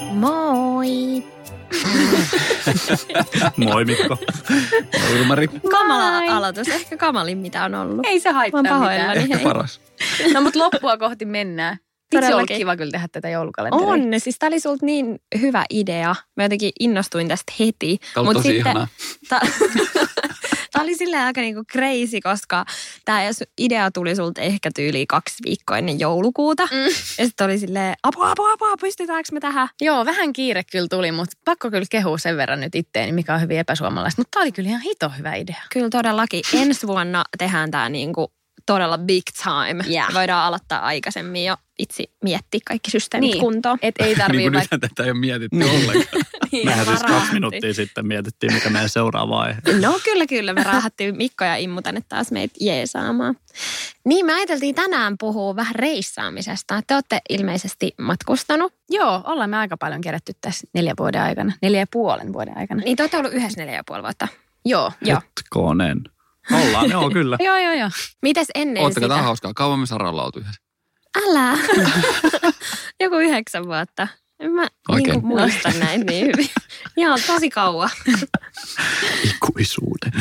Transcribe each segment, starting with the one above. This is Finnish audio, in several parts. Moi! Moi Mikko. Moi Ilmari. Kamala Moi. aloitus. Ehkä kamalin, mitä on ollut. Ei se Mä haittaa oon mitään. pahoillani. Ehkä Hei. paras. No mutta loppua kohti mennään. Itse on ollut Todellakin. kiva kyllä tehdä tätä joulukalenteria. On. Siis tää oli sulta niin hyvä idea. Mä jotenkin innostuin tästä heti. Tämä on Mut tosi ihanaa. Ta- Tämä oli silleen aika niinku crazy, koska tämä idea tuli sulta ehkä tyyli kaksi viikkoa ennen joulukuuta. Mm. Ja sitten oli silleen, apua, apua, apua, pystytäänkö me tähän? Joo, vähän kiire kyllä tuli, mutta pakko kyllä kehua sen verran nyt itteeni, mikä on hyvin epäsuomalaista. Mutta tämä oli kyllä ihan hito hyvä idea. Kyllä todellakin. Ensi vuonna tehdään tämä niinku todella big time. Yeah. Voidaan aloittaa aikaisemmin jo itse miettiä kaikki systeemit Niin. kuntoon. Et ei Niin tarvii kuin vaikka... nythän tätä ei ole mietitty ollenkaan. Niin, Mehän siis kaksi varahti. minuuttia sitten mietittiin, mikä meidän seuraava aihe. No kyllä, kyllä. Me raahattiin Mikko ja Immu tänne taas meitä jeesaamaan. Niin, me ajateltiin tänään puhua vähän reissaamisesta. Te olette ilmeisesti matkustanut. Joo, ollaan me aika paljon kerätty tässä neljän vuoden aikana, neljä ja puolen vuoden aikana. Niin te olette ollut yhdessä neljä ja puoli vuotta. Joo, joo. Hetkonen. Ollaan, joo kyllä. Joo, joo, joo. Mites Niin, ennen Oottakaa, sitä? tämä on hauskaa. Kauan me Saralla oltu yhdessä. Älä. Joku yhdeksän vuotta. En mä Oikein. niin kuin muistan näin niin hyvin. Joo, tosi kauan. Ikuisuuden.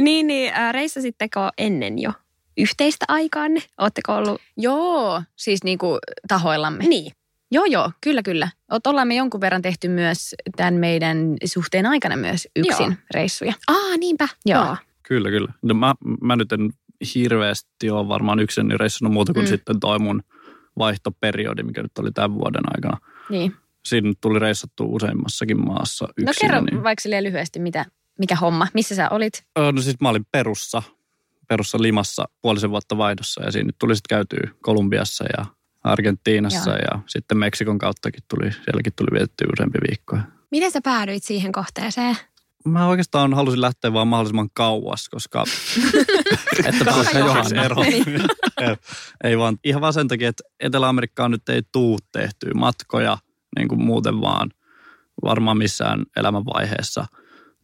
niin, niin äh, reissasitteko ennen jo yhteistä aikaanne? Ootteko ollut? Joo, siis niinku tahoillamme. Niin. Joo, joo, kyllä, kyllä. Oot, ollaan me jonkun verran tehty myös tämän meidän suhteen aikana myös yksin Joo. joo. reissuja. Aa, niinpä. Joo. Kyllä, kyllä. No mä, mä nyt en hirveästi ole varmaan yksin reissannut muuta kuin Mm. mm. sitten toi mun vaihtoperiodi, mikä nyt oli tämän vuoden aikana. Niin. Siinä tuli reissattu useimmassakin maassa yksin. No kerro niin. vaikka silleen lyhyesti, mitä, mikä homma, missä sä olit? Ö, No siis mä olin Perussa, Perussa Limassa puolisen vuotta vaihdossa ja siinä tuli sitten käytyä Kolumbiassa ja Argentiinassa Joo. Joo. ja sitten Meksikon kauttakin tuli, sielläkin tuli vietetty useampi viikko. Miten sä päädyit siihen kohteeseen? Mä oikeastaan halusin lähteä vaan mahdollisimman kauas, koska... että Koska pääsee Niin. Johanna. eroon. ei vaan, ihan vaan sen takia, että Etelä-Amerikkaan nyt ei tuu tehtyä matkoja niin kuin muuten vaan varmaan missään elämänvaiheessa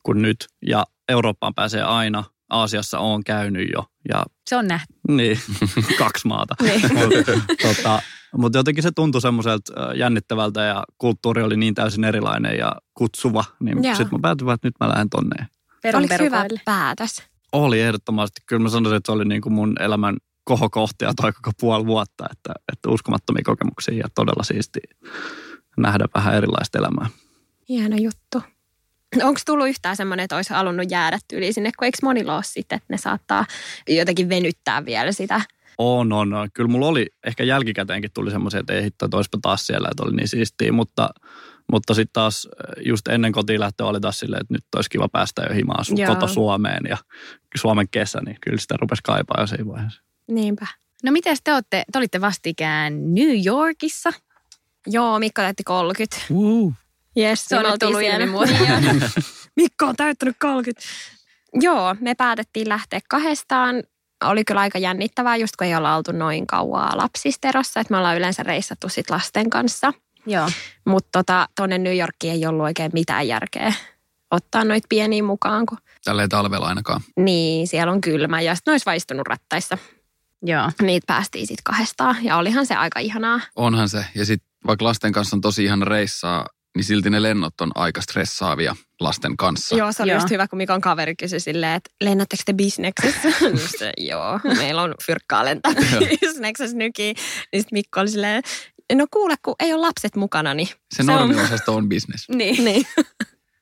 kuin nyt. Ja Eurooppaan pääsee aina. Aasiassa on käynyt jo ja Se on nähty. niin, kaksi maata. Mut, tota, mutta jotenkin se tuntui semmoiselta ö, jännittävältä ja kulttuuri oli niin täysin erilainen ja kutsuva. Niin Joo. sitten mä päätin, vaan, että nyt mä lähden tonne. Perun Oliko hyvä perukoille. päätös? Oli ehdottomasti. Kyllä mä sanoisin, että se oli niin kuin mun elämän kohokohtia toi koko puoli vuotta. Että, että uskomattomia kokemuksia ja todella siisti nähdä vähän erilaista elämää. Hieno juttu. Onko tullut yhtään semmoinen, että olisi halunnut jäädä tyyliin sinne, kun eikö monilla ole sitten, että ne saattaa jotenkin venyttää vielä sitä? On, on, on. Kyllä mulla oli, ehkä jälkikäteenkin tuli semmoisia, että ei hitto, että olisipa taas siellä, että oli niin siistiä, mutta, mutta sitten taas äh, just ennen kotiin lähtöä oli taas silleen, että nyt olisi kiva päästä jo himaan sun Joo. koto Suomeen ja Suomen kesä, niin kyllä sitä rupesi kaipaa jo siinä vaiheessa. Niinpä. No miten te, olette, te olitte vastikään New Yorkissa? Joo, Mikko täytti 30. Woo. Jes, Se me on nyt oltiin tullut siinä. ilmi mulle. Niin on. Mikko on täyttänyt 30. Joo, me päätettiin lähteä kahdestaan. Oli kyllä aika jännittävää, just kun ei olla oltu noin kauaa lapsisterossa, että me ollaan yleensä reissattu sit lasten kanssa. Joo. Mutta tota, tuonne New Yorkiin ei ollut oikein mitään järkeä ottaa noita pieniä mukaan, kun Tällä ei talvella ainakaan. Niin, siellä on kylmä ja sitten ne olisi vaistunut rattaissa. Joo. Niitä päästiin sitten kahdestaan ja olihan se aika ihanaa. Onhan se. Ja sitten vaikka lasten kanssa on tosi ihan reissaa, niin silti ne lennot on aika stressaavia lasten kanssa. Joo, se oli Joo. just hyvä, kun Mikon kaveri kysyi silleen, että lennättekö te bisneksessä? Just se, Joo, meillä on fyrkkaa lentää Joo. bisneksessä nykiin. Niin sitten Mikko oli silleen, no kuule, kun ei ole lapset mukana, niin... Se Se on- normiosasto on business. Niin. niin.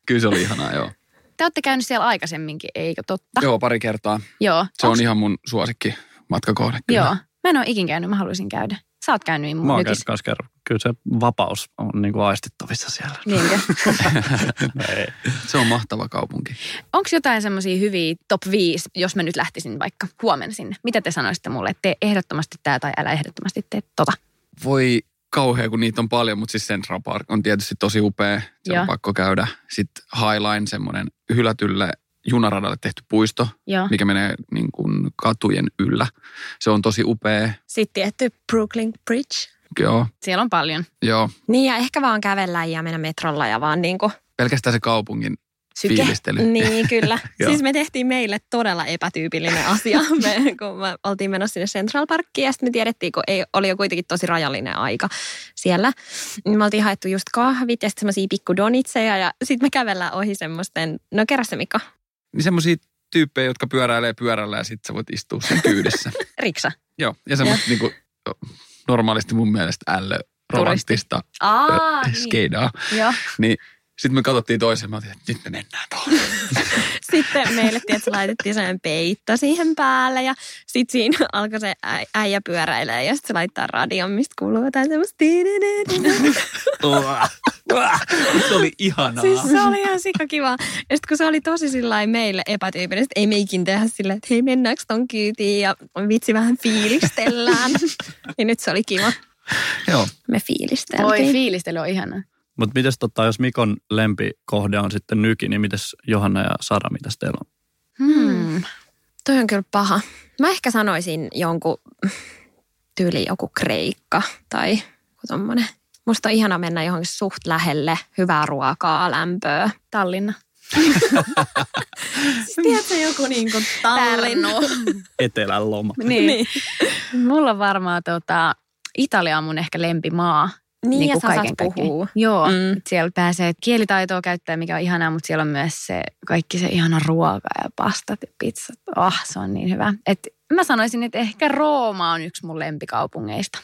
Kyllä se oli ihanaa, joo. Te olette käynyt siellä aikaisemminkin, eikö totta? Joo, pari kertaa. Joo. Se Ah. Onks- on ihan mun suosikki matkakohde. Kyllä. Joo. Mä en ole ikin käynyt, mä haluaisin käydä. Sä oot käynyt Immu Mä oon nykis. käynyt kanssa kerran kyllä se vapaus on niin kuin aistittavissa siellä. Niinkö? No ei. Se on mahtava kaupunki. Onko jotain semmoisia hyviä top 5, jos mä nyt lähtisin vaikka huomenna sinne? Mitä te sanoisitte mulle, että tee ehdottomasti tämä tai älä ehdottomasti tee tota? Voi kauhea, kun niitä on paljon, mutta siis Central Park on tietysti tosi upea. Se Joo. on pakko käydä. Sitten Highline, semmoinen hylätylle junaradalle tehty puisto, Joo. mikä menee niin kuin katujen yllä. Se on tosi upea. Sitten tietty Brooklyn Bridge. Joo, Siellä on paljon joo. Niin ja ehkä vaan kävellä ja mennä metrolla ja vaan niin kuin Pelkästään se kaupungin syke. fiilistely. Niin, kyllä. Joo. siis me tehtiin meille todella epätyypillinen asia, me, kun me oltiin menossa sinne Central Parkkiin ja sitten me tiedettiin, kun ei, oli jo kuitenkin tosi rajallinen aika siellä. Niin me oltiin haettu just kahvit ja sitten semmoisia pikku donitseja ja sitten me kävellään ohi semmoisten, no kerro se Mika, Niin semmoisia tyyppejä, jotka pyöräilee pyörällä ja sitten sä voit istua sen kyydissä. Riksa. joo, ja semmoista niin kuin, normaalisti mun mielestä ällö romanttista Aa, äh, niin. skeidaa. Joo. Niin sitten me katsottiin toisemme, että nyt me mennään tuohon. Sitten meille tietysti laitettiin sellainen peitto siihen päälle ja sitten siinä alkoi se äi- äijä pyöräilee ja sitten se laittaa radion, mistä kuuluu jotain semmoista. se oli No. ihanaa. Siis se oli ihan sikakiva. Ja sitten kun se oli tosi sillä meille epätyypillistä, ei me ikin tehdä silleen, että hei mennäänkö ton kyytiin ja vitsi vähän fiilistellään. ja nyt se oli kiva. joo. Me Voi fiilisteltiin. fiilistely on ihanaa. Mutta mites tota, jos Mikon lempikohde on sitten nyki, niin mites Johanna ja Sara, mitäs teillä on? Hmm. Toi on kyllä paha. Mä ehkä sanoisin jonkun tyyli joku kreikka tai joku tommonen. Musta on ihana mennä johonkin suht lähelle, hyvää ruokaa, lämpöä. Tallinna. Siis Tiedätkö joku niin kuin Etelän loma. niinku Niin. niin. Mulla on varmaan tota, Italia on mun ehkä lempimaa. Niin, ja kuin sä saat kaiken kaikkiaan. puhua. Joo, Mm. mm. siellä pääsee kielitaitoa käyttää, mikä on ihanaa, mutta siellä on myös se kaikki se ihana ruoka ja pastat ja pizzat. Ah, se on niin hyvä. Et mä sanoisin, että ehkä Rooma on yksi mun lempikaupungeista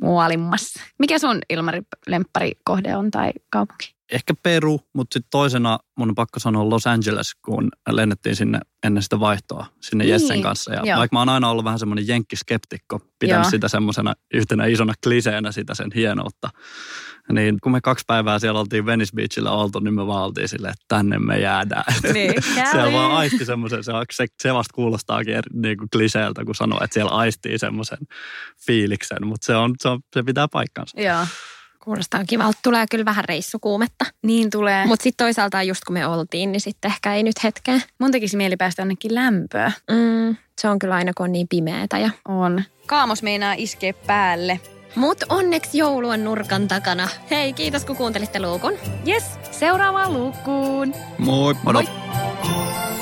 muolimmassa. Mikä sun Ilmari lempparikohde on tai kaupunki? Ehkä Peru, mutta sitten toisena mun on pakko sanoa Los Angeles, kun lennettiin sinne ennen sitä vaihtoa sinne Niin. niin. Jessen kanssa. Ja Joo. Joo. vaikka mä oon aina ollut vähän semmoinen jenkkiskeptikko, pitänyt Joo. Joo. sitä semmoisena yhtenä isona kliseenä sitä sen hienoutta. Niin kun me kaksi päivää siellä oltiin Venice Beachillä oltu, niin me vaan oltiin silleen, että tänne me jäädään. Niin, Siellä vaan aisti semmoisen, se, se, se vasta kuulostaakin eri, niin kuin kliseeltä, kun sanoo, että siellä aistii semmoisen fiiliksen, mutta se, on, se, on, se pitää paikkansa. Joo. Kuulostaa kivalta. Tulee kyllä vähän reissukuumetta. Niin tulee. Mut Mutta sitten toisaalta just kun me oltiin, niin sitten ehkä ei nyt hetkeen. mun tekisi mieli päästä ainakin lämpöä. Mm, se on kyllä aina kun on niin pimeätä. Ja... On. Kaamos meinaa iskeä päälle. Mut onneksi joulu on nurkan takana. Hei, kiitos kun kuuntelitte Luukun. Yes, seuraavaan lukuun. Moi. Moro. Moi.